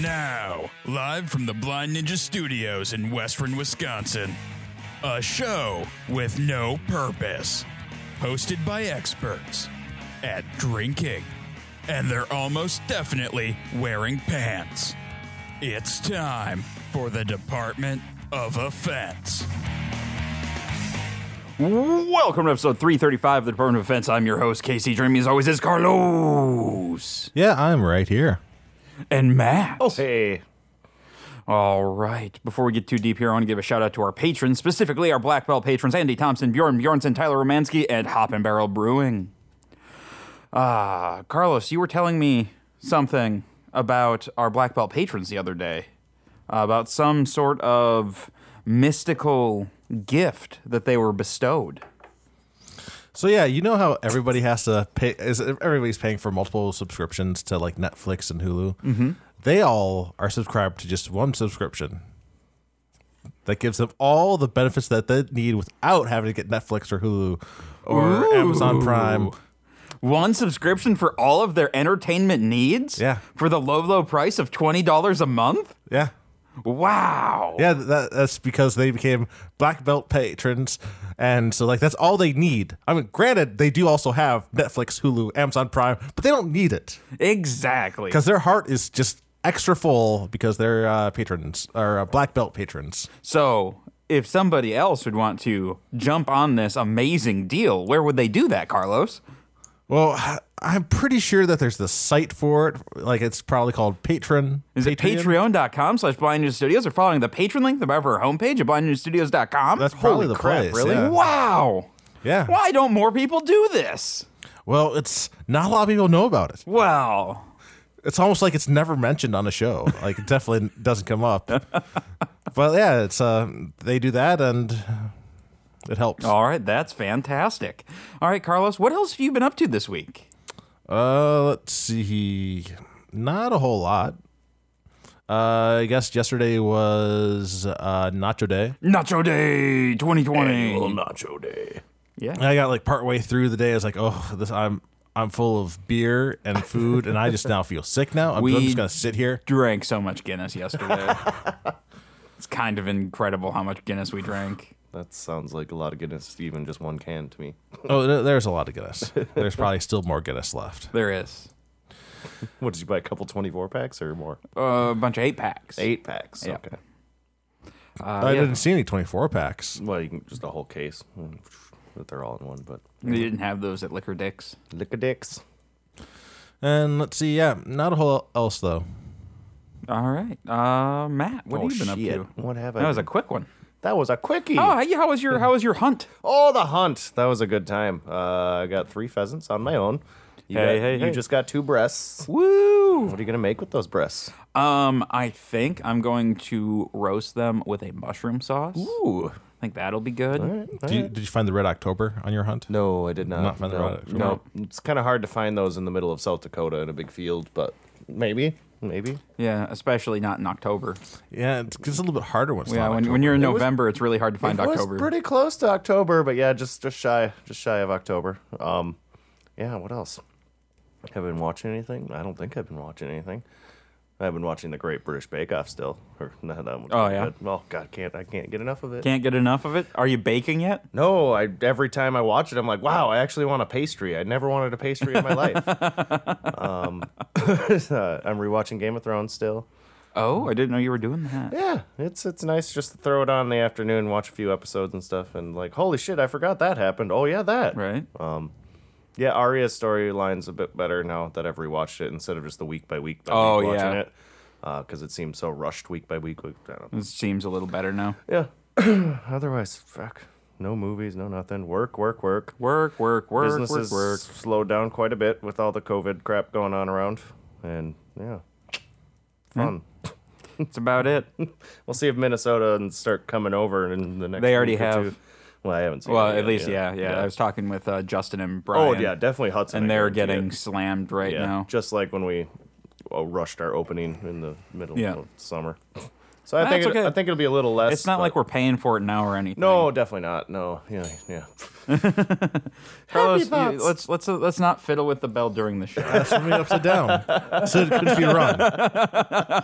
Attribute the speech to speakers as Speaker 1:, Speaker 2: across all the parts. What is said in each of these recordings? Speaker 1: Now, live from the Blind Ninja Studios in Western Wisconsin, a show with no purpose, hosted by experts at drinking, and they're almost definitely wearing pants. It's time for the Department of Offense.
Speaker 2: Welcome to episode 335 of the Department of Defense. I'm your host, Casey. Dreamy as always is Carlos
Speaker 3: Yeah, I'm right here.
Speaker 2: and Matt.
Speaker 4: Hey,
Speaker 2: All right. Before we get too deep here, I want to give a shout out to our patrons, specifically our Black Belt patrons Andy Thompson, Bjorn Bjornson, Tyler Romansky, and Hop and Barrel Brewing. Ah, Carlos, you were telling me something about our Black Belt patrons the other day uh, about some sort of mystical gift that they were bestowed.
Speaker 3: So yeah, you know how everybody has to pay is e, everybody's paying for multiple subscriptions to like Netflix and Hulu. Mm-hmm. They all are subscribed to just one subscription. That gives them all the benefits that they need without having to get Netflix or Hulu or Amazon Prime.
Speaker 2: One subscription for all of their entertainment needs?
Speaker 3: Yeah.
Speaker 2: For the low, low price of $20 a month?
Speaker 3: Yeah.
Speaker 2: Wow.
Speaker 3: Yeah, that, that's because they became black belt patrons, and so like that's all they need. I mean, granted, they do also have Netflix, Hulu, Amazon Prime, but they don't need it
Speaker 2: Exactly.
Speaker 3: because their heart is just extra full because they're uh, patrons or uh, black belt patrons.
Speaker 2: So, if somebody else would want to jump on this amazing deal, where would they do that, Carlos?
Speaker 3: Well, I- I'm pretty sure that there's the site for it. Like it's probably called Patron.
Speaker 2: Is it patreon.com slash blind ninja studios or following the patron link, the our homepage at blindninjastudios.com?
Speaker 3: That's
Speaker 2: Holy
Speaker 3: probably the
Speaker 2: crap,
Speaker 3: place,
Speaker 2: Really?
Speaker 3: yeah.
Speaker 2: Wow.
Speaker 3: Yeah.
Speaker 2: Why don't more people do this?
Speaker 3: Well, it's not a lot of people know about it.
Speaker 2: Wow.
Speaker 3: It's almost like it's never mentioned on a show. Like it definitely doesn't come up. But yeah, it's uh, they do that and it helps.
Speaker 2: All right, that's fantastic. All right, Carlos, what else have you been up to this week?
Speaker 3: Uh, let's see. Not a whole lot. Uh, I guess yesterday was uh, Nacho Day.
Speaker 2: Nacho Day 2020.
Speaker 4: annual nacho day.
Speaker 2: Yeah.
Speaker 3: And I got like partway through the day. I was like, oh, this I'm I'm full of beer and food, and I just now feel sick. Now I'm,
Speaker 2: We-
Speaker 3: I'm just gonna sit here.
Speaker 2: Drank so much Guinness yesterday. it's kind of incredible how much Guinness we drank.
Speaker 4: That sounds like a lot of goodness, even just one can to me.
Speaker 3: Oh, there- there's a lot of Guinness. There's probably still more Guinness left.
Speaker 2: There is
Speaker 4: What did you buy? A couple 24 packs or more?
Speaker 2: a bunch of eight packs.
Speaker 4: Eight packs.
Speaker 2: Yeah.
Speaker 4: Okay.
Speaker 3: I
Speaker 2: yeah.
Speaker 3: didn't see any 24 packs.
Speaker 4: Well, you can just a whole case. mm, That they're all in one, but
Speaker 2: They didn't have those at Liquor Dicks.
Speaker 4: lick a dicks.
Speaker 3: And let's see, yeah, not a whole else though.
Speaker 2: All right, uh, Matt, what
Speaker 4: Oh,
Speaker 2: have you been
Speaker 4: shit.
Speaker 2: up to?
Speaker 4: What have I
Speaker 2: That was a
Speaker 4: been-
Speaker 2: quick one.
Speaker 4: That was a quickie.
Speaker 2: Oh, how, how was your how was your hunt?
Speaker 4: Oh, the hunt. That was a good time. Uh, I got three pheasants on my own. You
Speaker 2: Hey,
Speaker 4: got-
Speaker 2: hey,
Speaker 4: You
Speaker 2: hey.
Speaker 4: just got two breasts.
Speaker 2: Woo!
Speaker 4: What are you gonna make with those breasts?
Speaker 2: Um, I think I'm going to roast them with a mushroom sauce.
Speaker 4: Ooh.
Speaker 2: I think that'll be good.
Speaker 3: Do you, did you find the Red October on your hunt?
Speaker 4: No, I did not.
Speaker 3: Not find the
Speaker 4: no,
Speaker 3: right actual
Speaker 4: no. it's kind of hard to find those in the middle of South Dakota in a big field, but maybe, maybe.
Speaker 2: Yeah, especially not in October.
Speaker 3: Yeah, it's, it's a little bit harder when it's
Speaker 2: Yeah,
Speaker 3: not
Speaker 2: when,
Speaker 3: October.
Speaker 2: when you're in
Speaker 4: was-
Speaker 2: November, it's really hard to find
Speaker 4: it
Speaker 2: October.
Speaker 4: was pretty close to October, but yeah, just just shy, just shy of October. Um, yeah. What else? Have I been watching anything? I don't think I've been watching anything. I've been watching the Great British Bake Off still. Or no, that one's
Speaker 2: Oh,
Speaker 4: pretty
Speaker 2: yeah?
Speaker 4: good. Oh God, can't I can't get enough of it.
Speaker 2: Can't get enough of it. Are you baking yet?
Speaker 4: No, I every time I watch it, I'm like, wow, I actually want a pastry. I never wanted a pastry in my life. um, I'm rewatching Game of Thrones still.
Speaker 2: Oh, I didn't know you were doing that.
Speaker 4: Yeah, it's it's nice just to throw it on in the afternoon, watch a few episodes and stuff, and like, holy shit, I forgot that happened. Oh yeah, that.
Speaker 2: Right?
Speaker 4: Yeah, Arya's storyline's a bit better now that I've rewatched it instead of just the week by week by
Speaker 2: Oh,
Speaker 4: week watching
Speaker 2: yeah.
Speaker 4: it, because it seemed so rushed week by week. week I don't know.
Speaker 2: It seems a little better now.
Speaker 4: Yeah. Otherwise, fuck. No movies, no nothing. Work, work, work.
Speaker 2: Work, work, work,
Speaker 4: Businesses
Speaker 2: work, work.
Speaker 4: slowed down quite a bit with all the COVID crap going on around, and yeah, fun.
Speaker 2: That's about it.
Speaker 4: We'll see if Minnesota and start coming over in the next.
Speaker 2: They already
Speaker 4: week or
Speaker 2: have.
Speaker 4: two. Well, I haven't seen.
Speaker 2: Well,
Speaker 4: it
Speaker 2: at
Speaker 4: yet,
Speaker 2: least, yeah, yeah. I was talking with uh, Justin and
Speaker 4: Oh
Speaker 2: Brian.
Speaker 4: yeah, definitely Hudson. I
Speaker 2: And they're
Speaker 4: guarantee
Speaker 2: getting
Speaker 4: it.
Speaker 2: slammed right
Speaker 4: yeah,
Speaker 2: now.
Speaker 4: just like when we uh, rushed our opening in the middle
Speaker 2: Yeah.
Speaker 4: of summer. So I
Speaker 2: Nah,
Speaker 4: think
Speaker 2: it's
Speaker 4: it,
Speaker 2: okay.
Speaker 4: I think it'll be a little less.
Speaker 2: It's not
Speaker 4: but-
Speaker 2: like we're paying for it now or anything.
Speaker 4: no, definitely not. No, yeah, yeah.
Speaker 2: Carlos, you-
Speaker 4: thoughts.
Speaker 2: let's let's uh, let's not fiddle with the bell during the show.
Speaker 3: That's me upside down. So it couldn't be wrong. I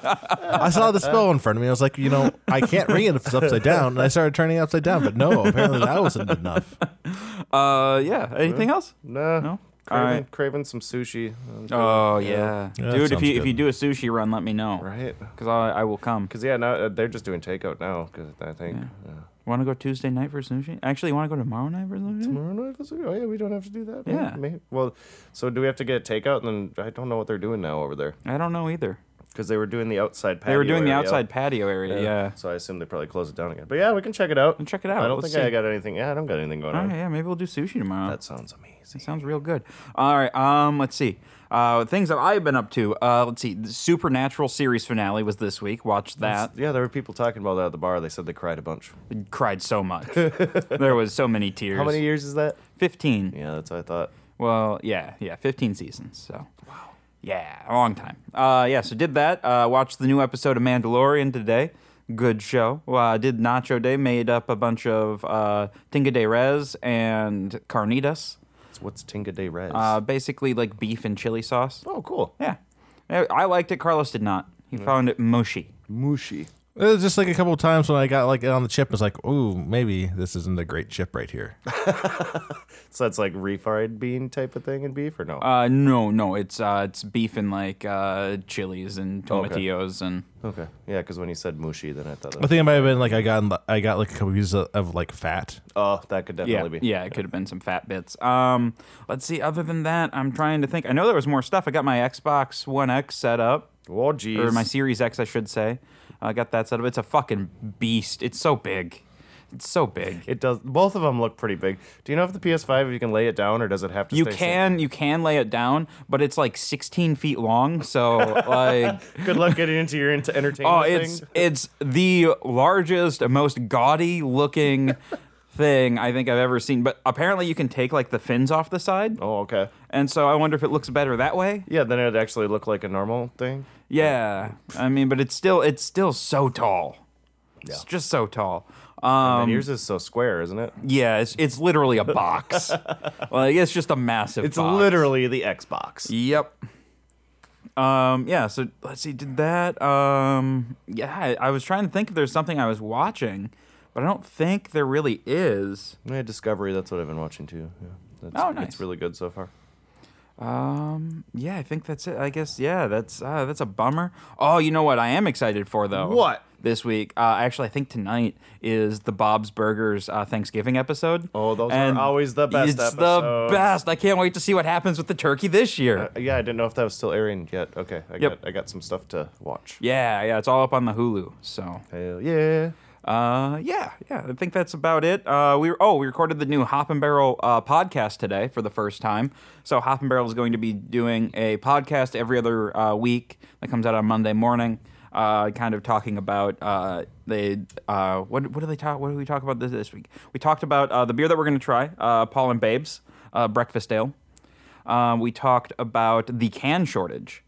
Speaker 3: saw the spell in front of me. I was like, you know, I can't ring it if it's upside down. And I started turning it upside down, but no, apparently that wasn't enough.
Speaker 2: Uh, yeah. Anything else?
Speaker 4: No,
Speaker 2: No?
Speaker 4: Craving,
Speaker 2: All right.
Speaker 4: craving some sushi, uh,
Speaker 2: Oh yeah,
Speaker 3: Yeah, that
Speaker 2: dude. If
Speaker 3: sounds
Speaker 2: you if
Speaker 3: good.
Speaker 2: you do a sushi run, let me know.
Speaker 4: right?
Speaker 2: Because I, I will come.
Speaker 4: Because yeah, now uh, they're just doing takeout now. Because I think. uh, Yeah.
Speaker 2: Want to go Tuesday night for sushi? Actually, want to go tomorrow night for sushi?
Speaker 4: Tomorrow night for sushi? Oh yeah, we don't have to do that.
Speaker 2: Yeah.
Speaker 4: Maybe. Well, so do we have to get takeout? And then I don't know what they're doing now over there
Speaker 2: I don't know either.
Speaker 4: because they were doing the outside. Patio
Speaker 2: They were doing the
Speaker 4: area.
Speaker 2: outside patio area. Yeah.
Speaker 4: So I assume they probably close it down again. But yeah, we can check it out.
Speaker 2: And check it out.
Speaker 4: I don't
Speaker 2: Let's
Speaker 4: think I
Speaker 2: see.
Speaker 4: got anything. Yeah, I don't got anything going
Speaker 2: All
Speaker 4: on.
Speaker 2: right. Yeah. Maybe we'll do sushi tomorrow.
Speaker 4: That sounds amazing.
Speaker 2: That sounds real good. All right. Um, let's see. Uh, things that I've been up to. Uh, let's see. The Supernatural series finale was this week. Watched that.
Speaker 4: Yeah, there were people talking about that at the bar. They said they cried a bunch.
Speaker 2: Cried so much. there was so many tears.
Speaker 4: How many years is that?
Speaker 2: Fifteen.
Speaker 4: Yeah, that's what I thought.
Speaker 2: Well, yeah, yeah, 15 seasons. So. Wow. Yeah, a long time. Uh, yeah, so did that. Uh, watched the new episode of Mandalorian today. Good show. Well, I did Nacho Day. Made up a bunch of uh, Tinga de Res and Carnitas.
Speaker 4: It's what's Tinga de Res.
Speaker 2: Uh, basically, like beef and chili sauce.
Speaker 4: oh, cool.
Speaker 2: Yeah, I I liked it. Carlos did not. He found it mushy.
Speaker 4: Mushy.
Speaker 3: It was Uh, just like a couple of times when I got like on the chip, I was like, ooh, maybe this isn't a great chip right here.
Speaker 4: So that's like refried bean type of thing in beef or no?
Speaker 2: Uh, no, no, it's uh, it's beef and like uh, chilies and tomatillos and
Speaker 4: okay. Yeah, because when you said mushy, then I thought.
Speaker 3: I
Speaker 4: That,
Speaker 3: think it might have been like I got I got like a couple of pieces of, of like fat.
Speaker 4: oh, that could
Speaker 2: yeah,
Speaker 4: definitely be.
Speaker 2: yeah, it could have been some fat bits. Um, let's see. Other than that, I'm trying to think. I know there was more stuff. I got my Xbox One X set up,
Speaker 4: Oh, geez.
Speaker 2: or my Series X, I should say. I got that set up. It's a fucking beast. It's so big. It's so big.
Speaker 4: It does. Both of them look pretty big. Do you know if the PS5 you can lay it down or does it have to?
Speaker 2: you
Speaker 4: stay
Speaker 2: can you can lay it down, but it's like 16 feet long. So like,
Speaker 4: Seated? Good luck getting into your into
Speaker 2: oh,
Speaker 4: entertainment.
Speaker 2: it's
Speaker 4: thing.
Speaker 2: it's the largest, most gaudy looking thing I think I've ever seen. But apparently, you can take like the fins off the side,
Speaker 4: Oh, okay.
Speaker 2: and so I wonder if it looks better that way.
Speaker 4: Yeah, then it'd actually look like a normal thing.
Speaker 2: Yeah, I mean, but it's still it's still so tall. It's just so tall. Um,
Speaker 4: and yours is so square, isn't it?
Speaker 2: yeah, it's it's literally a box. like it's just a massive.
Speaker 4: It's
Speaker 2: box.
Speaker 4: literally the Xbox.
Speaker 2: Yep. Um, yeah, so let's see, did that. Um, yeah, I, I was trying to think if there's something I was watching, but I don't think there really is.
Speaker 4: Yeah, Discovery. That's what I've been watching too. Yeah, that's,
Speaker 2: Oh, nice.
Speaker 4: It's really good so far.
Speaker 2: Um, yeah, I think that's it. I guess, yeah, that's uh, that's a bummer. Oh, you know what I am excited for, though?
Speaker 4: What?
Speaker 2: This week. Uh, actually, I think tonight is the Bob's Burgers uh, Thanksgiving episode.
Speaker 4: Oh, those are always the best
Speaker 2: It's the
Speaker 4: episodes.
Speaker 2: best. I can't wait to see what happens with the turkey this year.
Speaker 4: Uh, Yeah, I didn't know if that was still airing yet. Okay, I
Speaker 2: Yep.
Speaker 4: got I got some stuff to watch.
Speaker 2: yeah, yeah, it's all up on the Hulu, so.
Speaker 4: Hell yeah!
Speaker 2: Uh, yeah, yeah. I think that's about it. Uh, we oh, we recorded the new Hop and Barrel uh, podcast today for the first time. So Hop and Barrel is going to be doing a podcast every other uh, week that comes out on Monday morning. Uh, kind of talking about uh, they uh, what what do they talk? What do we talk about this this week? We talked about uh, the beer that we're going to try, uh, Paul and Babes uh, Breakfast Ale. Um, we talked about the can shortage.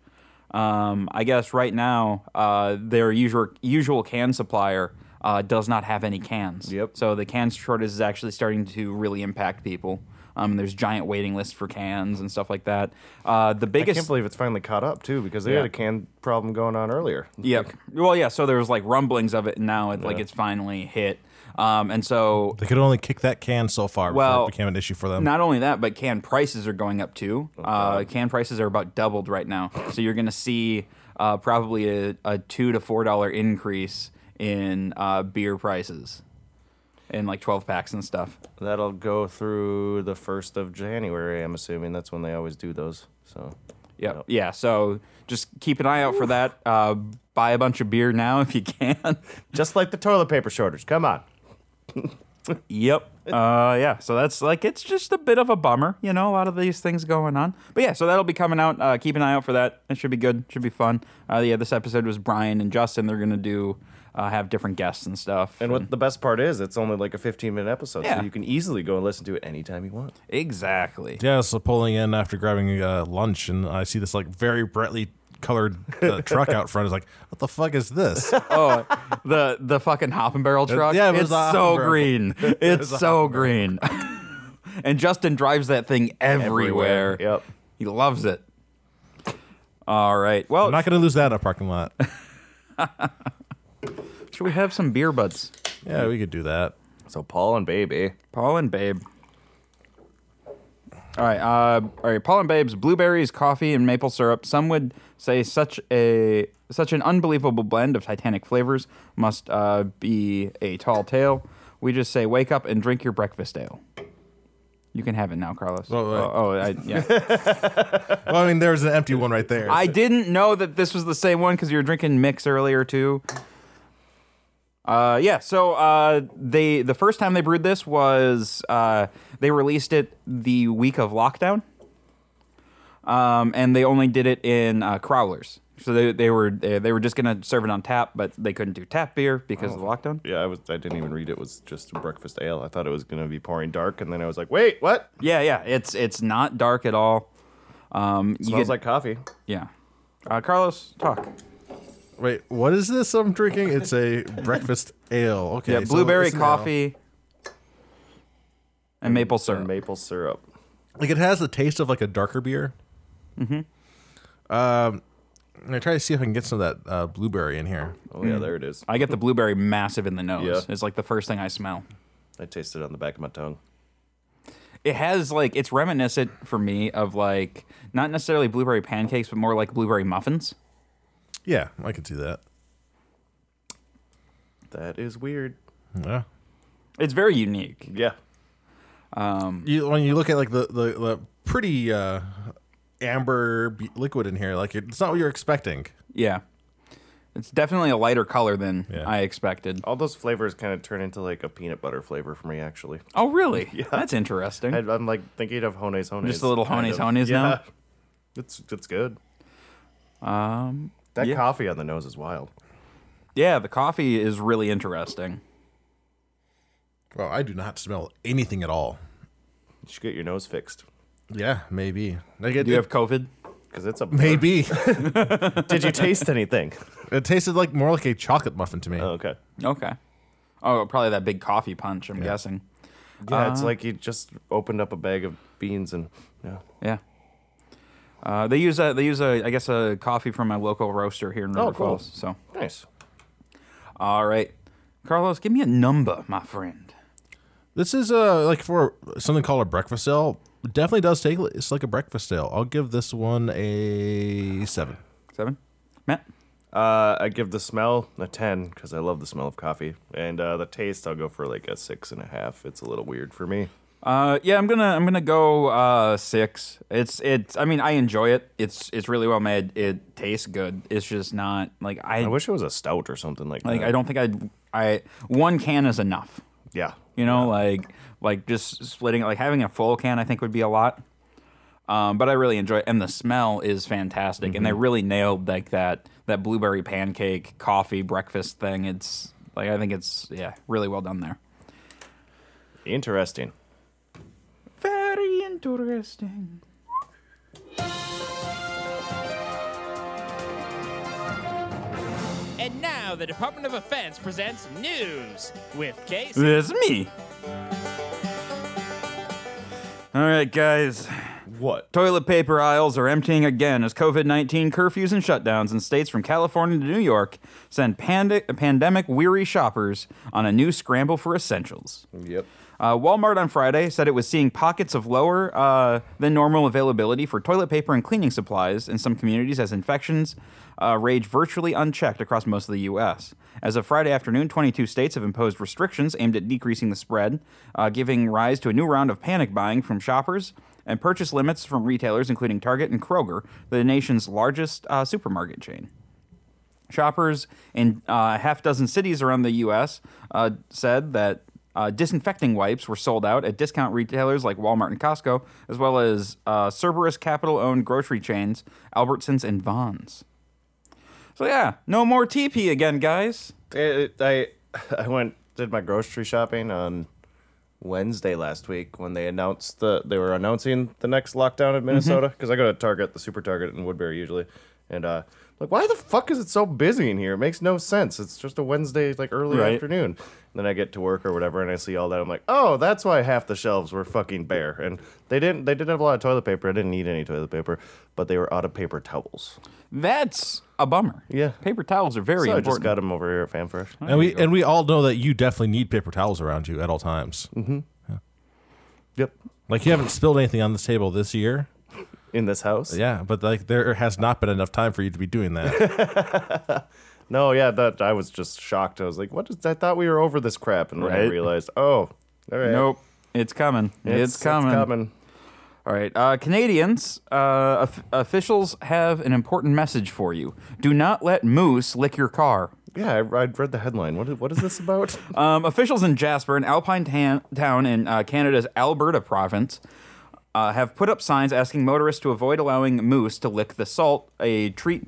Speaker 2: Um, I guess right now uh, their usual usual can supplier uh, does not have any cans.
Speaker 4: Yep.
Speaker 2: So the can shortage is actually starting to really impact people. Um, there's giant waiting lists for cans and stuff like that. Uh, the
Speaker 4: I
Speaker 2: biggest
Speaker 4: can't believe it's finally caught up too because they
Speaker 2: Yeah.
Speaker 4: had a can problem going on earlier.
Speaker 2: Yep. Well, yeah. So there was like rumblings of it, and now it, like it's finally hit. Um, and so
Speaker 3: They could only kick that can so far
Speaker 2: Well,
Speaker 3: before it became an issue for them.
Speaker 2: Not only that, but can prices are going up too. Uh, can prices are about doubled right now, so you're going to see uh, probably a, a two to four dollar increase in uh, beer prices, in like twelve packs and stuff.
Speaker 4: That'll go through the first of January. I'm assuming that's when they always do those. So
Speaker 2: Yep. Yeah. So just keep an eye out for that. Uh, buy a bunch of beer now if you can.
Speaker 4: just like the toilet paper shortage. Come on.
Speaker 2: Yep. Uh, yeah. So that's like it's just a bit of a bummer, you know, a lot of these things going on. But yeah, so that'll be coming out. Uh, keep an eye out for that. It should be good. Should be fun. Uh, yeah, this episode was Brian and Justin. They're gonna do uh, have different guests and stuff.
Speaker 4: And what the best part is, it's only like a 15 minute episode,
Speaker 2: Yeah.
Speaker 4: so you can easily go and listen to it anytime you want.
Speaker 2: exactly.
Speaker 3: Yeah, so pulling in after grabbing uh, lunch, and I see this like very brightly colored uh, truck out front is like, what the fuck is this?
Speaker 2: Oh, the the fucking hop and barrel truck.
Speaker 3: yeah, it was
Speaker 2: it's
Speaker 3: a hop
Speaker 2: so
Speaker 3: and barrel.
Speaker 2: green. It's
Speaker 3: was a
Speaker 2: so green. and Justin drives that thing everywhere.
Speaker 4: Yep.
Speaker 2: He loves it. All right. Well,
Speaker 3: I'm not going to lose that in a parking lot.
Speaker 2: should we have some beer butts?
Speaker 3: Yeah, we could do that.
Speaker 4: So Paul and Baby.
Speaker 2: Paul and Babe. All right, uh, all right. Paul and Babe's blueberries, coffee, and maple syrup. Some would say such a such an unbelievable blend of Titanic flavors must uh, be a tall tale. We just say, wake up and drink your breakfast ale. You can have it now, Carlos.
Speaker 3: Well, uh,
Speaker 2: oh, oh, I, yeah.
Speaker 3: Well, I mean, there's an empty one right there.
Speaker 2: I didn't know that this was the same one because you were drinking mix earlier too. Uh, yeah. So uh, they the first time they brewed this was uh, they released it the week of lockdown, um, and they only did it in uh, crowlers. So they, they were they, they were just gonna serve it on tap, but they couldn't do tap beer because
Speaker 4: Oh.
Speaker 2: of lockdown.
Speaker 4: Yeah, I was. I didn't even read it. was just a breakfast ale. I thought it was gonna be pouring dark, and then I was like, wait, what?
Speaker 2: Yeah, yeah. It's it's not dark at all. Um, you
Speaker 4: Smells
Speaker 2: get-
Speaker 4: like coffee.
Speaker 2: yeah. Uh, Carlos, talk.
Speaker 3: Wait, what is this I'm drinking? It's a breakfast ale. Okay.
Speaker 2: Yeah,
Speaker 3: so
Speaker 2: blueberry
Speaker 3: it's an ale.
Speaker 2: coffee and maple syrup.
Speaker 4: Maple syrup.
Speaker 3: Like it has the taste of like a darker beer. Mm-hmm. Um, and I try to see if I can get some of that uh, blueberry in here.
Speaker 4: Oh yeah, there it is.
Speaker 2: I get the blueberry massive in the nose.
Speaker 4: Yeah.
Speaker 2: It's like the first thing I smell.
Speaker 4: I tasted it on the back of my tongue.
Speaker 2: It has like it's reminiscent for me of like not necessarily blueberry pancakes, but more like blueberry muffins.
Speaker 3: Yeah, I can see that.
Speaker 4: That is weird.
Speaker 3: Yeah.
Speaker 2: It's very unique.
Speaker 4: Yeah.
Speaker 3: You, when you look at like the the, the pretty uh, amber be- liquid in here, like it's not what you're expecting.
Speaker 2: Yeah. It's definitely a lighter color than
Speaker 3: Yeah.
Speaker 2: I expected.
Speaker 4: All those flavors kind of turn into like a peanut butter flavor for me, actually.
Speaker 2: Oh, really? Yeah. That's interesting.
Speaker 4: I, I'm like thinking of Hone's Hone's.
Speaker 2: Just a little
Speaker 4: kind
Speaker 2: Hone's
Speaker 4: of.
Speaker 2: Hone's
Speaker 4: yeah.
Speaker 2: now?
Speaker 4: It's, it's good.
Speaker 2: um,
Speaker 4: That
Speaker 2: Yeah.
Speaker 4: coffee on the nose is wild.
Speaker 2: yeah, the coffee is really interesting.
Speaker 3: Well, I do not smell anything at all.
Speaker 4: You should get your nose fixed.
Speaker 3: Yeah, maybe. Like it,
Speaker 2: Do you have COVID?
Speaker 4: Because it's a.
Speaker 3: maybe
Speaker 4: Did you taste anything?
Speaker 3: it tasted like more like a chocolate muffin to me.
Speaker 4: Oh, okay.
Speaker 2: Okay. Oh, probably that big coffee punch, I'm guessing.
Speaker 4: Yeah,
Speaker 2: Um,
Speaker 4: it's like you just opened up a bag of beans and. Yeah.
Speaker 2: Yeah. Uh, they use a they use a I guess a coffee from my local roaster here in River
Speaker 4: Oh, cool.
Speaker 2: Falls. So
Speaker 4: Nice.
Speaker 2: all right, Carlos, give me a number, my friend.
Speaker 3: This is uh like for something called a breakfast ale. It Definitely does take it's like a breakfast ale. I'll give this one a seven.
Speaker 2: Seven, Matt.
Speaker 4: Uh, I give the smell a 10 because I love the smell of coffee. And uh, the taste, I'll go for like a six and a half. It's a little weird for me.
Speaker 2: Uh, yeah, I'm gonna I'm gonna go uh, six. It's it's I mean I enjoy it. It's it's really well made. It tastes good. It's just not like I,
Speaker 4: I wish it was a stout or something like,
Speaker 2: like
Speaker 4: that.
Speaker 2: I don't think I'd I one can is enough.
Speaker 4: Yeah.
Speaker 2: You know, like like just splitting it, like having a full can, I think would be a lot. Um, but I really enjoy it, and the smell is fantastic. And they really nailed like that that blueberry pancake coffee breakfast thing. It's like I think it's yeah, really well done there.
Speaker 4: Interesting.
Speaker 2: Very interesting.
Speaker 5: And now the Department of Defense presents news with Casey.
Speaker 2: It's me. All right, guys.
Speaker 4: What?
Speaker 2: Toilet paper aisles are emptying again as COVID 19 curfews and shutdowns in states from California to New York send pandi- pandemic weary shoppers on a new scramble for essentials.
Speaker 4: Yep.
Speaker 2: Uh, Walmart on Friday said it was seeing pockets of lower uh, than normal availability for toilet paper and cleaning supplies in some communities as infections uh, rage virtually unchecked across most of the U.S. As of Friday afternoon, 22 states have imposed restrictions aimed at decreasing the spread, uh, giving rise to a new round of panic buying from shoppers and purchase limits from retailers, including Target and Kroger, the nation's largest uh, supermarket chain. Shoppers in uh, half dozen cities around the U.S. Uh, said that uh, disinfecting wipes were sold out at discount retailers like Walmart and Costco, as well as uh, Cerberus Capital-owned grocery chains Albertsons and Vons. So yeah, no more TP again, guys.
Speaker 4: It, it- I I went did my grocery shopping on Wednesday last week when they announced
Speaker 2: Mm-hmm.
Speaker 4: the they were announcing the next lockdown in Minnesota because I go to Target, the Super Target in Woodbury usually, And uh, like, why the fuck is it so busy in here? It makes no sense. It's just a Wednesday, like early
Speaker 2: Right.
Speaker 4: afternoon. And then I get to work or whatever, and I see all that. I'm like, oh, that's why half the shelves were fucking bare. And they didn't. They didn't have a lot of toilet paper. I didn't need any toilet paper, but they were out of paper towels.
Speaker 2: That's a bummer.
Speaker 4: Yeah.
Speaker 2: Paper towels are very
Speaker 4: so I
Speaker 2: important.
Speaker 4: just got them over here at FanFresh.
Speaker 3: and we and we all know that you definitely need paper towels around you at all times.
Speaker 4: Yep.
Speaker 3: Like you haven't spilled anything on this table this year.
Speaker 4: In this house.
Speaker 3: Yeah, but like there has not been enough time for you to be doing that.
Speaker 4: No, yeah, that I was just shocked. I was like, "What is?" I thought we were over this crap, and then I
Speaker 2: Right.
Speaker 4: realized, oh, all right,
Speaker 2: Nope. It's coming. It's, coming.
Speaker 4: It's coming.
Speaker 2: All right. Uh, Canadians, uh, of- officials have an important message for you. Do not let moose lick your car.
Speaker 4: Yeah, I, I read the headline. What is, what is this about?
Speaker 2: Um, officials in Jasper, an alpine tan- town in uh, Canada's Alberta province, uh, have put up signs asking motorists to avoid allowing moose to lick the salt, a treat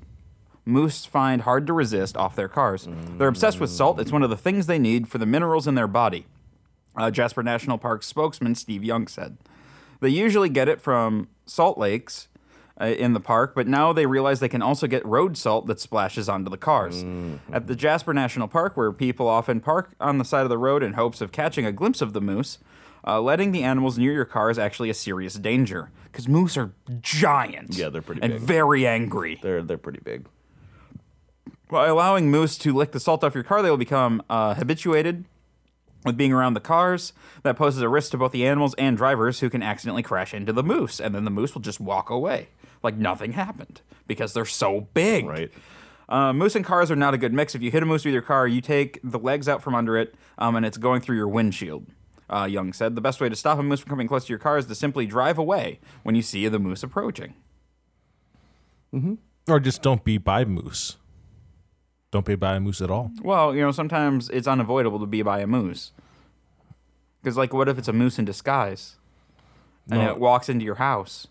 Speaker 2: moose find hard to resist off their cars. They're obsessed with salt, it's one of the things they need for the minerals in their body. Uh, Jasper National Park spokesman Steve Young said. They usually get it from salt lakes uh, in the park, but now they realize they can also get road salt that splashes onto the cars.
Speaker 4: Mm-hmm.
Speaker 2: At the Jasper National Park, where people often park on the side of the road in hopes of catching a glimpse of the moose, uh, letting the animals near your car is actually a serious danger because moose are giant.
Speaker 4: Yeah, they're pretty
Speaker 2: and
Speaker 4: big.
Speaker 2: very angry.
Speaker 4: they're they're pretty big.
Speaker 2: By allowing moose to lick the salt off your car, they will become uh, habituated with being around the cars. That poses a risk to both the animals and drivers who can accidentally crash into the moose, and then the moose will just walk away like nothing happened because they're so big.
Speaker 4: Right.
Speaker 2: Uh, moose and cars are not a good mix. If you hit a moose with your car, you take the legs out from under it, um, and it's going through your windshield. Uh, Young said the best way to stop a moose from coming close to your car is to simply drive away when you see the moose approaching.
Speaker 3: or just don't be by moose. Don't be by moose at all.
Speaker 2: Well, you know, sometimes it's unavoidable to be by a moose. Because, like, what if it's a moose in disguise and
Speaker 3: No.
Speaker 2: it walks into your house?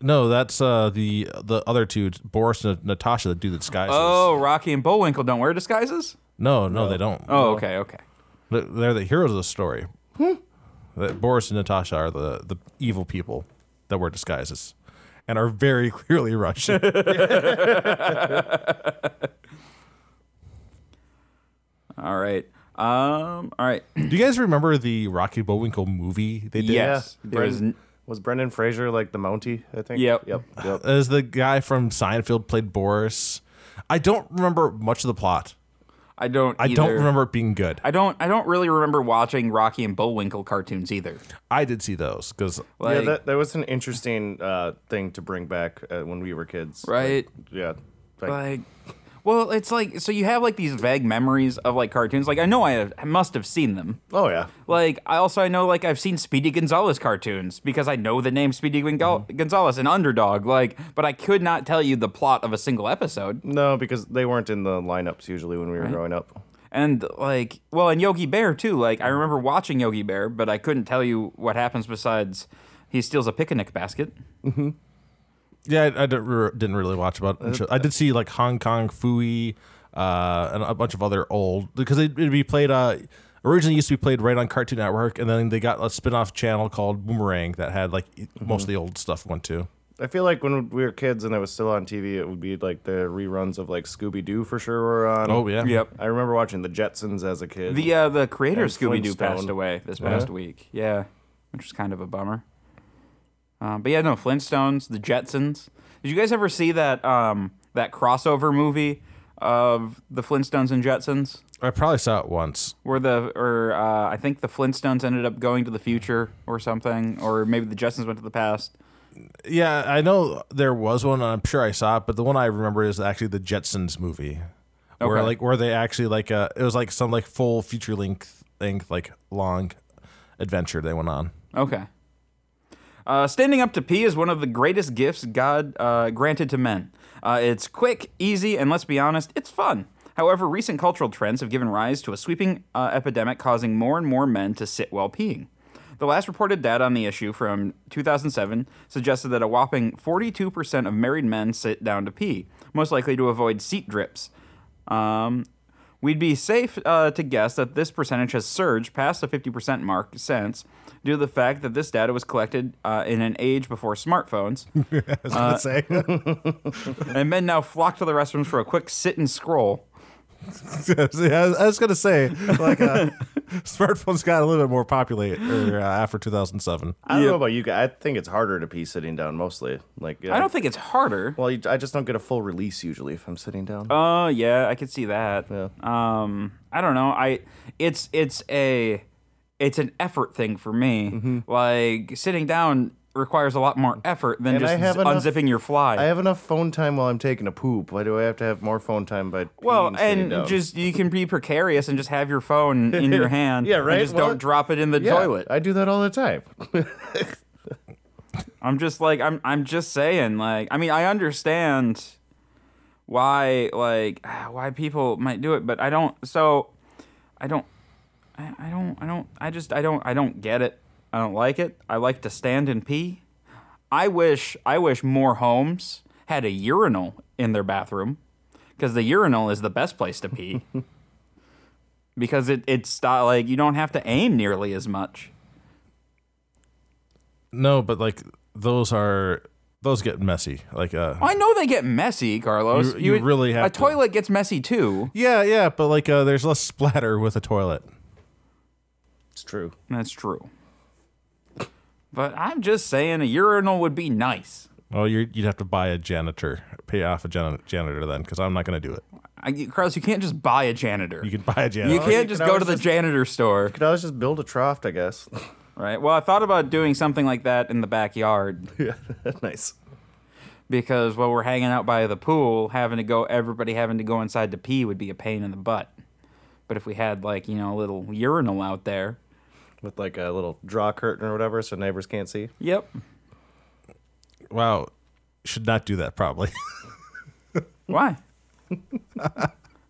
Speaker 3: No, that's uh, the the other two, Boris and Natasha, that do the disguises.
Speaker 2: Oh, Rocky and Bullwinkle don't wear disguises?
Speaker 3: no, no, they don't.
Speaker 2: Oh, okay, okay.
Speaker 3: They're- They're the heroes of the story.
Speaker 2: Hmm.
Speaker 3: That Boris and Natasha are the, the evil people that wear disguises and are very clearly Russian.
Speaker 2: All right. Um, all right.
Speaker 3: do you guys remember the Rocky Bullwinkle movie they did?
Speaker 2: Yes.
Speaker 4: Yeah,
Speaker 2: There is
Speaker 4: Brendan-
Speaker 2: n-
Speaker 4: Was Brendan Fraser like the Mountie? I think.
Speaker 2: Yep.
Speaker 4: Yep. Yep.
Speaker 3: As the guy from Seinfeld played Boris. I don't remember much of the plot.
Speaker 2: I don't.
Speaker 3: I don't
Speaker 2: either.
Speaker 3: remember it being good.
Speaker 2: I don't. I don't really remember watching Rocky and Bullwinkle cartoons either.
Speaker 3: I did see those because
Speaker 2: Like,
Speaker 4: yeah, that, that was an interesting uh, thing to bring back uh, when we were kids.
Speaker 2: right?
Speaker 4: Like, yeah. Like,
Speaker 2: like well it's like so you have like these vague memories of like cartoons like i know i, have, I must have seen them
Speaker 4: oh yeah.
Speaker 2: like i also i know like i've seen speedy gonzalez cartoons because i know the name speedy Gongal- gonzalez and underdog like but i could not tell you the plot of a single episode
Speaker 4: No, because they weren't in the lineups usually when we were growing up.
Speaker 2: and like well and yogi bear too like i remember watching yogi bear but i couldn't tell you what happens besides he steals a picnic basket
Speaker 3: Yeah, I, I didn't, re- didn't really watch about. it. I did see like Hong Kong Fooey, uh, and a bunch of other old because it, it'd be played. Uh, originally used to be played right on Cartoon Network, and then they got a spin-off channel called Boomerang that had like most of the old stuff went to.
Speaker 4: I feel like when we were kids and it was still on TV, it would be like the reruns of like Scooby Doo for sure were on.
Speaker 3: Oh yeah,
Speaker 4: I remember watching the Jetsons as a kid.
Speaker 2: The uh, the creator of
Speaker 4: And
Speaker 2: Scooby Doo
Speaker 4: Flintstone.
Speaker 2: passed away this past week. Yeah, which is kind of a bummer. Uh, but yeah, no Flintstones, the Jetsons. Did you guys ever see that um, that crossover movie of the Flintstones and Jetsons,
Speaker 3: I probably saw it once.
Speaker 2: where the or uh, I think the Flintstones ended up going to the future or something, or maybe the Jetsons went to the past.
Speaker 3: Yeah, I know there was one. and I'm sure I saw it, but the one I remember is actually the Jetsons movie, where
Speaker 2: Okay.
Speaker 3: like where they actually like uh, it was like some like full feature length thing like long adventure they went on.
Speaker 2: Okay. Uh, standing up to pee is one of the greatest gifts God uh, granted to men. Uh, it's quick, easy, and let's be honest, it's fun. However, recent cultural trends have given rise to a sweeping uh, epidemic causing more and more men to sit while peeing. The last reported data on the issue from 2007 suggested that a whopping 42% of married men sit down to pee, most likely to avoid seat drips. Um, We'd be safe uh, to guess that this percentage has surged past the 50% mark since, due to the fact that this data was collected uh, in an age before smartphones,
Speaker 3: That's what I'm saying.
Speaker 2: and men now flock to the restrooms for a quick sit and scroll.
Speaker 3: Yeah, I was- I was gonna say like uh, smartphones got a little bit more popular uh, after 2007.
Speaker 4: I don't know about you guys. I think it's harder to pee sitting down mostly. Like uh,
Speaker 2: I don't think it's harder.
Speaker 4: Well, you, I just don't get a full release usually if I'm sitting down.
Speaker 2: Oh yeah, I could see that.
Speaker 4: Yeah.
Speaker 2: Um, I don't know. I it's it's a it's an effort thing for me.
Speaker 4: Mm-hmm.
Speaker 2: Like sitting down requires a lot more effort than
Speaker 4: And
Speaker 2: just
Speaker 4: I have
Speaker 2: z-
Speaker 4: enough-
Speaker 2: unzipping your fly.
Speaker 4: I have enough phone time while I'm taking a poop. Why do I have to have more phone time by
Speaker 2: well,
Speaker 4: peeing sitting
Speaker 2: and
Speaker 4: down?
Speaker 2: just you can be precarious and just have your phone in your hand.
Speaker 4: Yeah,
Speaker 2: and
Speaker 4: right?
Speaker 2: just
Speaker 4: Well,
Speaker 2: don't drop it in the
Speaker 4: Yeah,
Speaker 2: toilet.
Speaker 4: I do that all the time.
Speaker 2: I'm just like I'm I'm just saying like I mean I understand why like why people might do it but I don't so I don't I, I don't I don't I just I don't I don't get it. I don't like it. I like to stand and pee. I wish I wish more homes had a urinal in their bathroom cuz the urinal is the best place to pee. because it it's not, like you don't have to aim nearly as much.
Speaker 3: No, but like those are those get messy. Like uh,
Speaker 2: I know they get messy, Carlos.
Speaker 3: You- you really have
Speaker 2: a
Speaker 3: to.
Speaker 2: toilet gets messy too.
Speaker 3: yeah, yeah, but like uh, there's less splatter with a toilet.
Speaker 4: It's true.
Speaker 2: That's true. But I'm just saying, a urinal would be nice.
Speaker 3: Well, you're, you'd have to buy a janitor, pay off a jan- janitor then, because I'm not gonna do it.
Speaker 2: I, Carlos, you can't just buy a janitor.
Speaker 3: You can buy a janitor.
Speaker 2: You can't
Speaker 4: Oh, you
Speaker 2: just
Speaker 4: can
Speaker 2: go to
Speaker 4: always
Speaker 2: the
Speaker 4: just-
Speaker 2: janitor store,
Speaker 4: Could always just build a trough, I guess.
Speaker 2: right? Well, I thought about doing something like that in the backyard
Speaker 4: nice.
Speaker 2: because while we're hanging out by the pool, having to go, everybody having to go inside to pee would be a pain in the butt. But if we had like you know a little urinal out there,
Speaker 4: With like a little draw curtain or whatever so neighbors can't see.
Speaker 2: yep.
Speaker 3: Wow, should not do that probably.
Speaker 2: Why?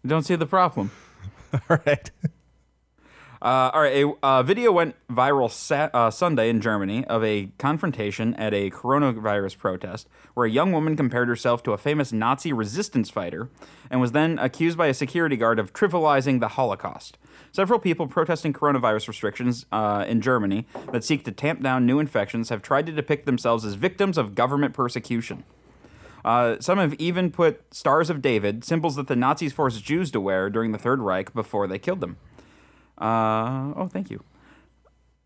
Speaker 2: Don't see the problem.
Speaker 3: All right.
Speaker 2: Uh, all right, a uh, video went viral sa- uh, Sunday in Germany of a confrontation at a coronavirus protest where a young woman compared herself to a famous Nazi resistance fighter and was then accused by a security guard of trivializing the Holocaust. Several people protesting coronavirus restrictions uh, in Germany that seek to tamp down new infections have tried to depict themselves as victims of government persecution. Uh, some have even put stars of David, symbols that the Nazis forced Jews to wear during the Third Reich before they killed them. Uh, oh, thank you.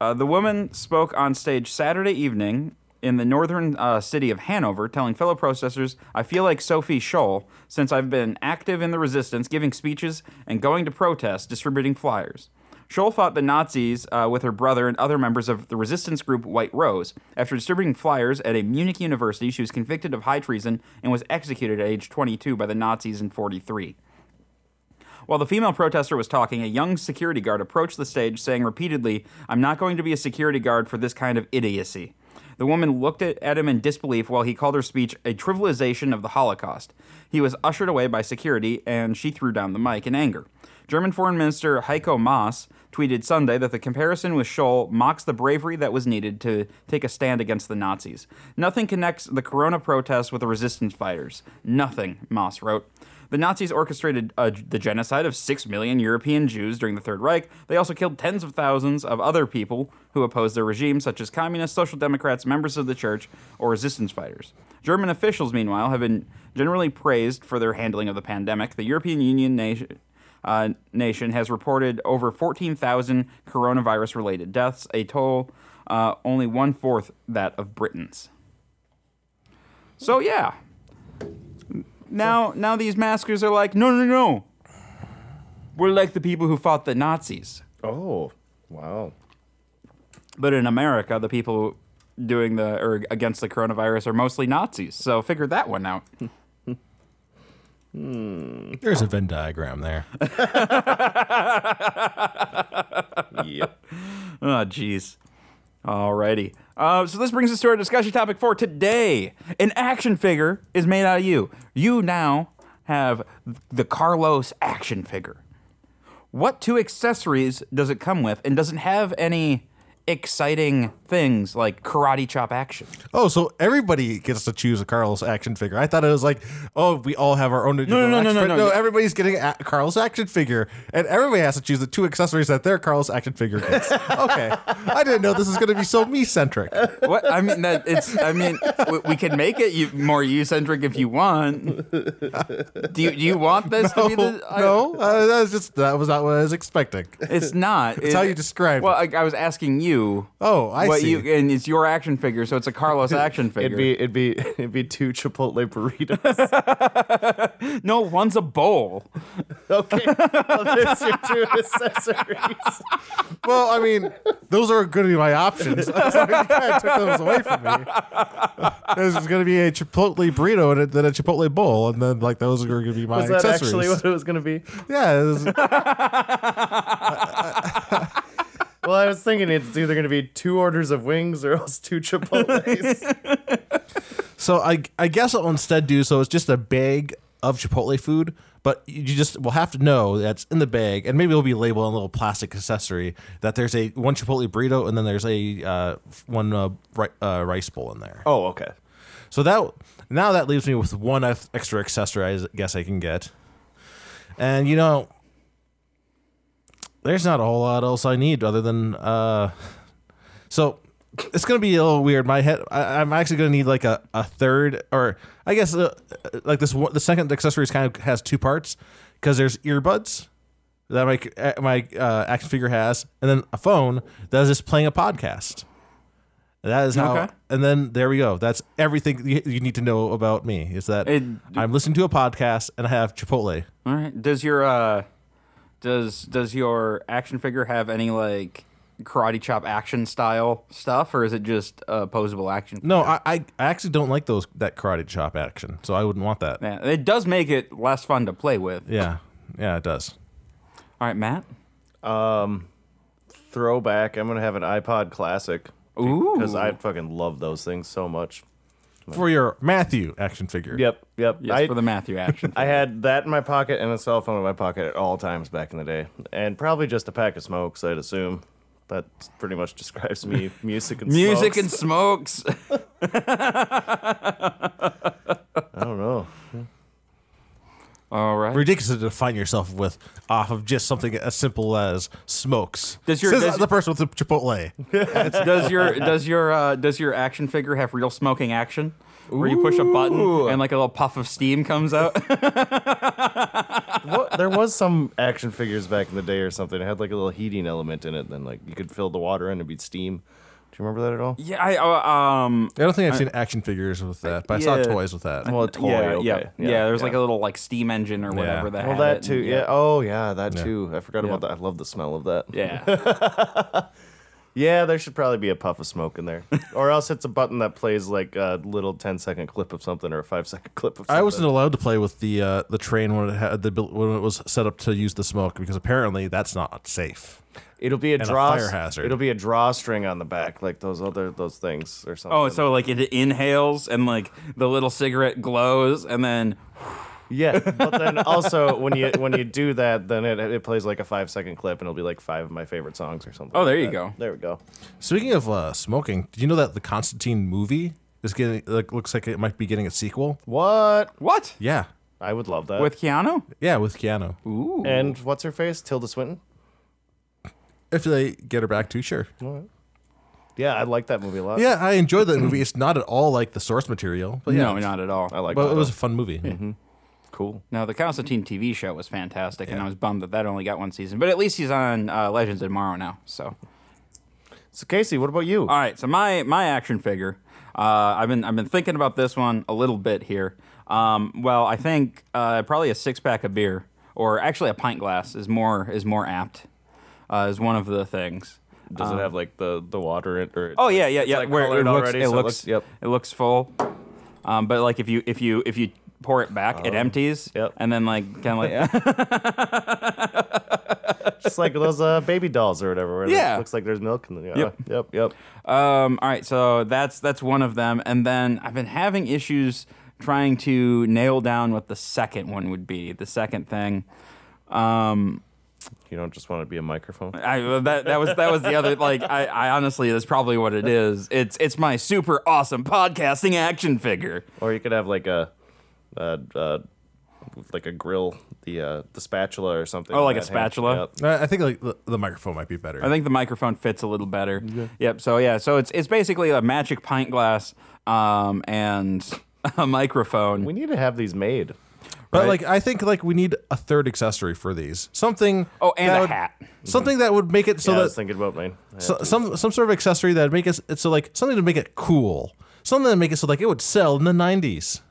Speaker 2: Uh, the woman spoke on stage Saturday evening in the northern uh, city of Hanover, telling fellow protesters, I feel like Sophie Scholl since I've been active in the resistance, giving speeches and going to protests, distributing flyers. Scholl fought the Nazis uh, with her brother and other members of the resistance group White Rose. After distributing flyers at a Munich university, she was convicted of high treason and was executed at age 22 by the Nazis in 43. While the female protester was talking, a young security guard approached the stage saying repeatedly, I'm not going to be a security guard for this kind of idiocy. The woman looked at, at him in disbelief while he called her speech a trivialization of the Holocaust. He was ushered away by security, and she threw down the mic in anger. German Foreign Minister Heiko Maas tweeted Sunday that the comparison with Scholl mocks the bravery that was needed to take a stand against the Nazis. Nothing connects the Corona protests with the resistance fighters. Nothing, Moss wrote. The Nazis orchestrated uh, the genocide of 6 million European Jews during the Third Reich. They also killed tens of thousands of other people who opposed their regime, such as communists, social democrats, members of the church, or resistance fighters. German officials, meanwhile, have been generally praised for their handling of the pandemic. The European Union nation uh, nation has reported over 14,000 coronavirus related deaths, a toll uh, only one fourth that of Britain's. So, yeah. Now, now these maskers are like, no, no, no. We're like the people who fought the Nazis.
Speaker 4: Oh, wow.
Speaker 2: But in America, the people doing the or against the coronavirus are mostly Nazis. So figure that one out.
Speaker 3: There's a Venn diagram there.
Speaker 4: yep.
Speaker 2: Oh, jeez. Alrighty. Uh, so this brings us to our discussion topic for today. An action figure is made out of you. You now have the Carlos action figure. What two accessories does it come with, and does it have any exciting things like karate chop action.
Speaker 3: Oh, so everybody gets to choose a Carlos action figure. I thought it was like, oh, we all have our own. No,
Speaker 2: no, no, no, no, no.
Speaker 3: everybody's getting a Carlos action figure, and everybody has to choose the two accessories that their Carlos action figure gets. okay, I didn't know this was going to be so me centric.
Speaker 2: What I mean that it's I mean w- we can make it you, more you centric if you want. Do you, do you want this to be the I-
Speaker 3: no, uh, that was just that was not what I was expecting.
Speaker 2: It's not. It's
Speaker 3: how you describe
Speaker 2: Well, I, I was asking you.
Speaker 3: Oh, I
Speaker 2: what
Speaker 3: see.
Speaker 2: You, and it's your action figure, so it's a Carlos action figure.
Speaker 4: It'd be it'd be it'd be two Chipotle burritos.
Speaker 2: no, one's a bowl.
Speaker 4: okay, well, there's your two accessories.
Speaker 3: well, I mean, those are going to be my options. That's why you kind of took those away from me. There's going to be a Chipotle burrito and then a Chipotle bowl, and then like those are going to be my
Speaker 4: Was that
Speaker 3: accessories.
Speaker 4: actually what it was gonna be?
Speaker 3: Yeah, it was-
Speaker 4: Well, I was thinking it's either gonna be two orders of wings or else two Chipotle's.
Speaker 3: So I I guess I'll instead do so. It's just a bag of Chipotle food, but you just will have to know that's in the bag, and maybe it'll be labeled on a little plastic accessory that there's a one Chipotle burrito and then there's a uh, one uh, ri- uh, rice bowl in there.
Speaker 4: oh, okay.
Speaker 3: So that now that leaves me with one ex- extra accessory I guess I can get, and you know, there's not a whole lot else I need other than uh, so it's gonna be a little weird. My head, I, I'm actually gonna need like a, a third or I guess uh, uh, like this one, the second accessory is kind of has two parts because there's earbuds that my uh, my uh, action figure has, and then a phone that is just playing a podcast. That is how,
Speaker 2: Okay.
Speaker 3: and then there we go. That's everything you, you need to know about me. Is that
Speaker 2: It-
Speaker 3: I'm listening to a podcast and I have Chipotle.
Speaker 2: All right. Does your uh, does does your action figure have any like karate chop action style stuff, or is it just uh, posable action?
Speaker 3: No, I, I I actually don't like those that karate chop action, so I wouldn't want that.
Speaker 2: Yeah, it does make it less fun to play with.
Speaker 3: Yeah, yeah, it does.
Speaker 2: All right, Matt.
Speaker 4: Throwback. I'm gonna have an iPod Classic
Speaker 2: Ooh.
Speaker 4: because I fucking love those things so much.
Speaker 3: for your Matthew action figure.
Speaker 4: Yep, yep.
Speaker 2: Yes,
Speaker 4: I,
Speaker 2: for the Matthew action.
Speaker 4: I had that in my pocket and a cell phone in my pocket at all times back in the day, and probably just a pack of smokes. I'd assume that pretty much describes me. Music and
Speaker 2: Music
Speaker 4: smokes.
Speaker 2: and smokes.
Speaker 4: I don't know.
Speaker 2: All right.
Speaker 3: Ridiculous to define yourself with off of just something as simple as smokes.
Speaker 2: Does your-
Speaker 3: Says
Speaker 2: does-
Speaker 3: the person with the Chipotle?
Speaker 2: does your does your uh, does your action figure have real smoking action? Where you push a button and like a little puff of steam comes out.
Speaker 4: What, there was some action figures back in the day or something. It had like a little heating element in it. Then like you could fill the water in and it'd be steam. Do you remember that at all?
Speaker 2: yeah, I uh, um
Speaker 3: I don't think I've seen action figures with that, but I
Speaker 2: yeah.
Speaker 3: saw toys with that.
Speaker 4: Well, a toy.
Speaker 2: yeah,
Speaker 4: okay.
Speaker 2: yeah, yeah, There's like a little like steam engine or whatever that.
Speaker 4: Well,
Speaker 2: had
Speaker 4: that
Speaker 2: it,
Speaker 4: too.
Speaker 2: and-
Speaker 4: Yeah. Oh, yeah. That
Speaker 3: Yeah.
Speaker 4: too. I forgot about
Speaker 2: Yeah.
Speaker 4: that. I love the smell of that.
Speaker 2: Yeah.
Speaker 4: Yeah, there should probably be a puff of smoke in there, or else it's a button that plays like a little 10 second clip of something or a five second clip of. something.
Speaker 3: I wasn't allowed to play with the uh, the train when it had the built- when it was set up to use the smoke because apparently that's not safe.
Speaker 4: It'll be a
Speaker 3: a
Speaker 4: draw
Speaker 3: fire hazard.
Speaker 4: It'll be a drawstring on the back, like those other those things or something.
Speaker 2: oh, so like it inhales and like the little cigarette glows and then
Speaker 4: yeah. But then also when you when you do that, then it it plays like a five second clip, and it'll be like five of my favorite songs or something.
Speaker 2: Oh, there
Speaker 4: like
Speaker 2: you
Speaker 4: that.
Speaker 2: go.
Speaker 4: There we go.
Speaker 3: Speaking of uh, smoking, did you know that the Constantine movie is getting like looks like it might be getting a sequel?
Speaker 4: What?
Speaker 2: what?
Speaker 3: Yeah,
Speaker 4: I would love that.
Speaker 2: With Keanu?
Speaker 3: yeah, with Keanu.
Speaker 2: Ooh.
Speaker 4: and what's her face? Tilda Swinton.
Speaker 3: If they get her back too, sure.
Speaker 4: Yeah, I like that movie a lot.
Speaker 3: Yeah, I enjoyed that movie. It's not at all like the source material, but yeah,
Speaker 2: no, Mm-hmm. not at all.
Speaker 4: I like.
Speaker 3: but
Speaker 4: that
Speaker 3: it was a
Speaker 4: a lot.
Speaker 3: fun movie.
Speaker 4: cool.
Speaker 2: No, the Constantine TV show was fantastic, and I was bummed that that only got one season. But at least he's on uh, Legends of Tomorrow now. So,
Speaker 4: So Casey, what about you?
Speaker 2: all right. So my my action figure, uh, I've been I've been thinking about this one a little bit here. Um, well, I think uh, probably a six pack of beer, or actually a pint glass, is more is more apt. Uh, is one of the things.
Speaker 4: Does it have like the the water in, or?
Speaker 2: uh, Oh yeah, yeah,
Speaker 4: it's,
Speaker 2: yeah.
Speaker 4: like,
Speaker 2: where it
Speaker 4: colored
Speaker 2: looks,
Speaker 4: already,
Speaker 2: it,
Speaker 4: so it
Speaker 2: looks
Speaker 4: looks- yep.
Speaker 2: it looks full. Um, but like if you if you if you pour it back, it empties.
Speaker 4: yep.
Speaker 2: And then like kind of like
Speaker 4: Just like those uh, baby dolls or whatever. Where
Speaker 2: Yeah.
Speaker 4: It looks like there's milk in the. Yeah,
Speaker 2: Yep.
Speaker 4: Yep. Yep.
Speaker 2: Um, all right, so that's that's one of them, and then I've been having issues trying to nail down what the second one would be. The second thing, um,
Speaker 4: You don't just want to be a microphone.
Speaker 2: I, well, that that was that was the other like I, I honestly that's probably what it is. It's it's my super awesome podcasting action figure.
Speaker 4: Or you could have like a, uh, uh, like a grill, the uh, the spatula or something.
Speaker 2: Oh,
Speaker 4: in
Speaker 2: like a
Speaker 4: that hand.
Speaker 2: spatula?
Speaker 4: Yep.
Speaker 3: I I think like the, the microphone might be better.
Speaker 2: I think the microphone fits a little better. Yep. So yeah, so it's it's basically a magic pint glass um and a microphone.
Speaker 4: We need to have these made.
Speaker 3: but
Speaker 2: right.
Speaker 3: like I think like we need a third accessory for these. Something.
Speaker 2: Oh, and
Speaker 3: that
Speaker 2: a
Speaker 3: would-
Speaker 2: hat.
Speaker 3: Something that would make it so
Speaker 4: yeah, I was
Speaker 3: that
Speaker 4: thinking about mine.
Speaker 3: so, some some sort of accessory that would make it so like something to make it cool. Something to make it so like it would sell in the nineties.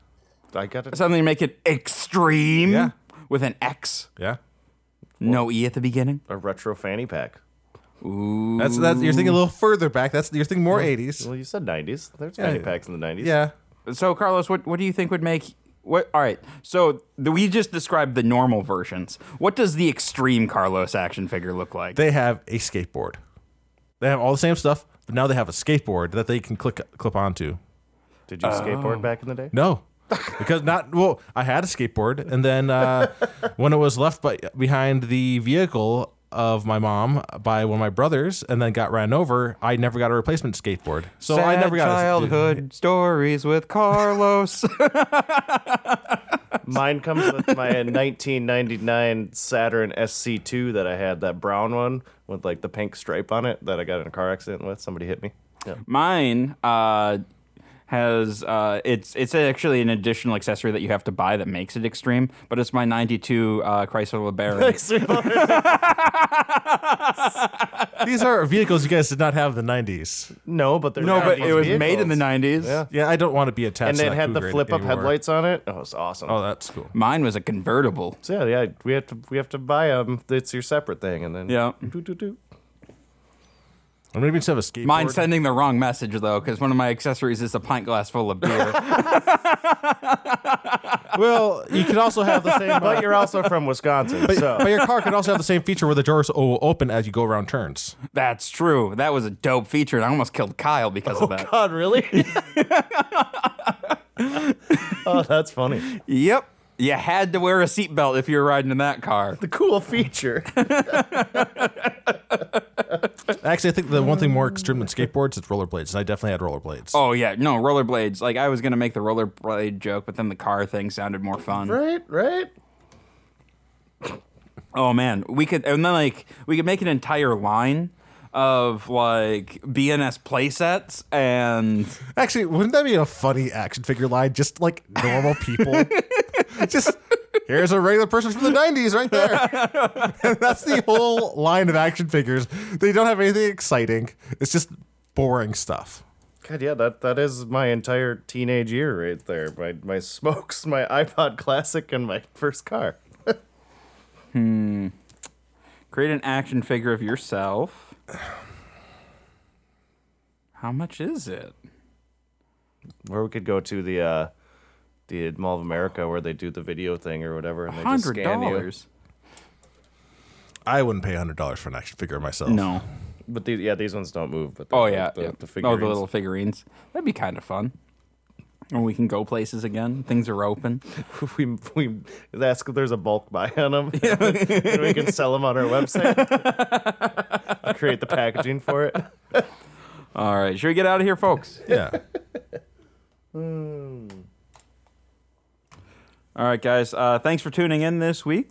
Speaker 4: I got it.
Speaker 2: Something to make it extreme
Speaker 3: Yeah.
Speaker 2: with an X,
Speaker 3: Yeah.
Speaker 2: no E at the beginning.
Speaker 4: A retro fanny pack.
Speaker 3: That's that. You're thinking a little further back. That's you're thinking more eighties.
Speaker 4: Well, you said '90s. There's fanny packs in the '90s.
Speaker 3: Yeah.
Speaker 2: So Carlos, what what do you think would make what all right. So the, we just described the normal versions. What does the extreme Carlos action figure look like?
Speaker 3: They have a skateboard. They have all the same stuff, but now they have a skateboard that they can click clip onto.
Speaker 4: Did you
Speaker 2: Oh.
Speaker 4: skateboard back in the day?
Speaker 3: No. because not well, I had a skateboard, and then uh, when it was left by, behind the vehicle of my mom by one of my brothers, and then got ran over, I never got a replacement skateboard. So I
Speaker 2: Sad
Speaker 3: never got a-
Speaker 2: childhood stories with Carlos.
Speaker 4: Mine comes with my 1999 Saturn SC2 that I had, that brown one with like the pink stripe on it that I got in a car accident with. Somebody hit me. Yeah.
Speaker 2: Mine uh, has uh, it's it's actually an additional accessory that you have to buy that makes it extreme, but it's my '92 uh, Chrysler LeBaron.
Speaker 3: These are vehicles you guys did not have in the '90s.
Speaker 4: no, but they're
Speaker 2: no,
Speaker 4: not
Speaker 2: but
Speaker 4: these
Speaker 2: it was made in the '90s.
Speaker 4: vehicles. Yeah.
Speaker 3: Yeah, I don't want to be attached.
Speaker 4: and
Speaker 3: to
Speaker 4: it
Speaker 3: that
Speaker 4: had the
Speaker 3: Cougar
Speaker 4: flip up
Speaker 3: anymore.
Speaker 4: headlights on it. Oh, it's awesome.
Speaker 3: Oh, that's cool.
Speaker 2: Mine was a convertible.
Speaker 4: so yeah, yeah, we have to we have to buy them. It's your separate thing, and then
Speaker 2: Yeah.
Speaker 4: Doo, doo, doo.
Speaker 3: I'm gonna have a skateboard.
Speaker 2: Mine sending the wrong message though, because one of my accessories is a pint glass full of beer.
Speaker 3: well, you could also have the same. uh,
Speaker 4: But you're also from Wisconsin, so
Speaker 3: but your car could also have the same feature where the doors will open as you go around turns.
Speaker 2: That's true. That was a dope feature, and I almost killed Kyle because of that.
Speaker 4: God, really? oh, that's funny.
Speaker 2: Yep. You had to wear a seatbelt if you were riding in that car.
Speaker 4: The cool feature.
Speaker 3: Actually, I think the one thing more extreme than skateboards is rollerblades, and I definitely had rollerblades.
Speaker 2: Oh yeah, no rollerblades. Like I was gonna make the rollerblade joke, but then the car thing sounded more fun.
Speaker 4: right, right.
Speaker 2: Oh man, we could and then like we could make an entire line of like BNS playsets and
Speaker 3: Actually, wouldn't that be a funny action figure line? Just like normal people. Just here's a regular person from the '90s, right there. and that's the whole line of action figures. They don't have anything exciting. It's just boring stuff.
Speaker 4: God, yeah, that that is my entire teenage year right there. My my smokes, my iPod Classic, and my first car.
Speaker 2: create an action figure of yourself. How much is it?
Speaker 4: Or we could go to the uh, the Mall of America where they do the video thing or whatever, and they just
Speaker 2: Hundred
Speaker 4: scan you.
Speaker 2: dollars.
Speaker 3: I wouldn't pay hundred dollars for an action figure myself.
Speaker 2: No.
Speaker 4: But the, yeah, these ones don't move. But the,
Speaker 2: Oh yeah.
Speaker 4: the,
Speaker 2: yeah.
Speaker 4: the
Speaker 2: oh
Speaker 4: figurines.
Speaker 2: the little figurines. That'd be kind of fun. And we can go places again. Things are open.
Speaker 4: we we ask if there's a bulk buy on them, and we can sell them on our website. Create the packaging for it.
Speaker 2: All right, should we get out of here, folks?
Speaker 3: Yeah.
Speaker 2: All right, guys. Uh, thanks for tuning in this week.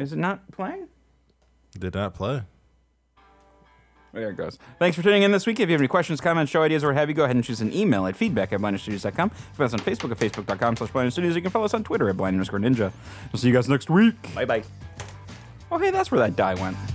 Speaker 2: Is it not playing?
Speaker 3: Did not play.
Speaker 2: There it goes. Thanks for tuning in this week. If you have any questions, comments, show ideas, or what have you, go ahead and choose an email at feedback at blindstudios.com. Find us on Facebook at facebook.com slash blindstudios. You can follow us on Twitter at blind underscore ninja. We'll see you guys next week.
Speaker 4: Bye bye.
Speaker 2: Oh, hey, that's where that die went.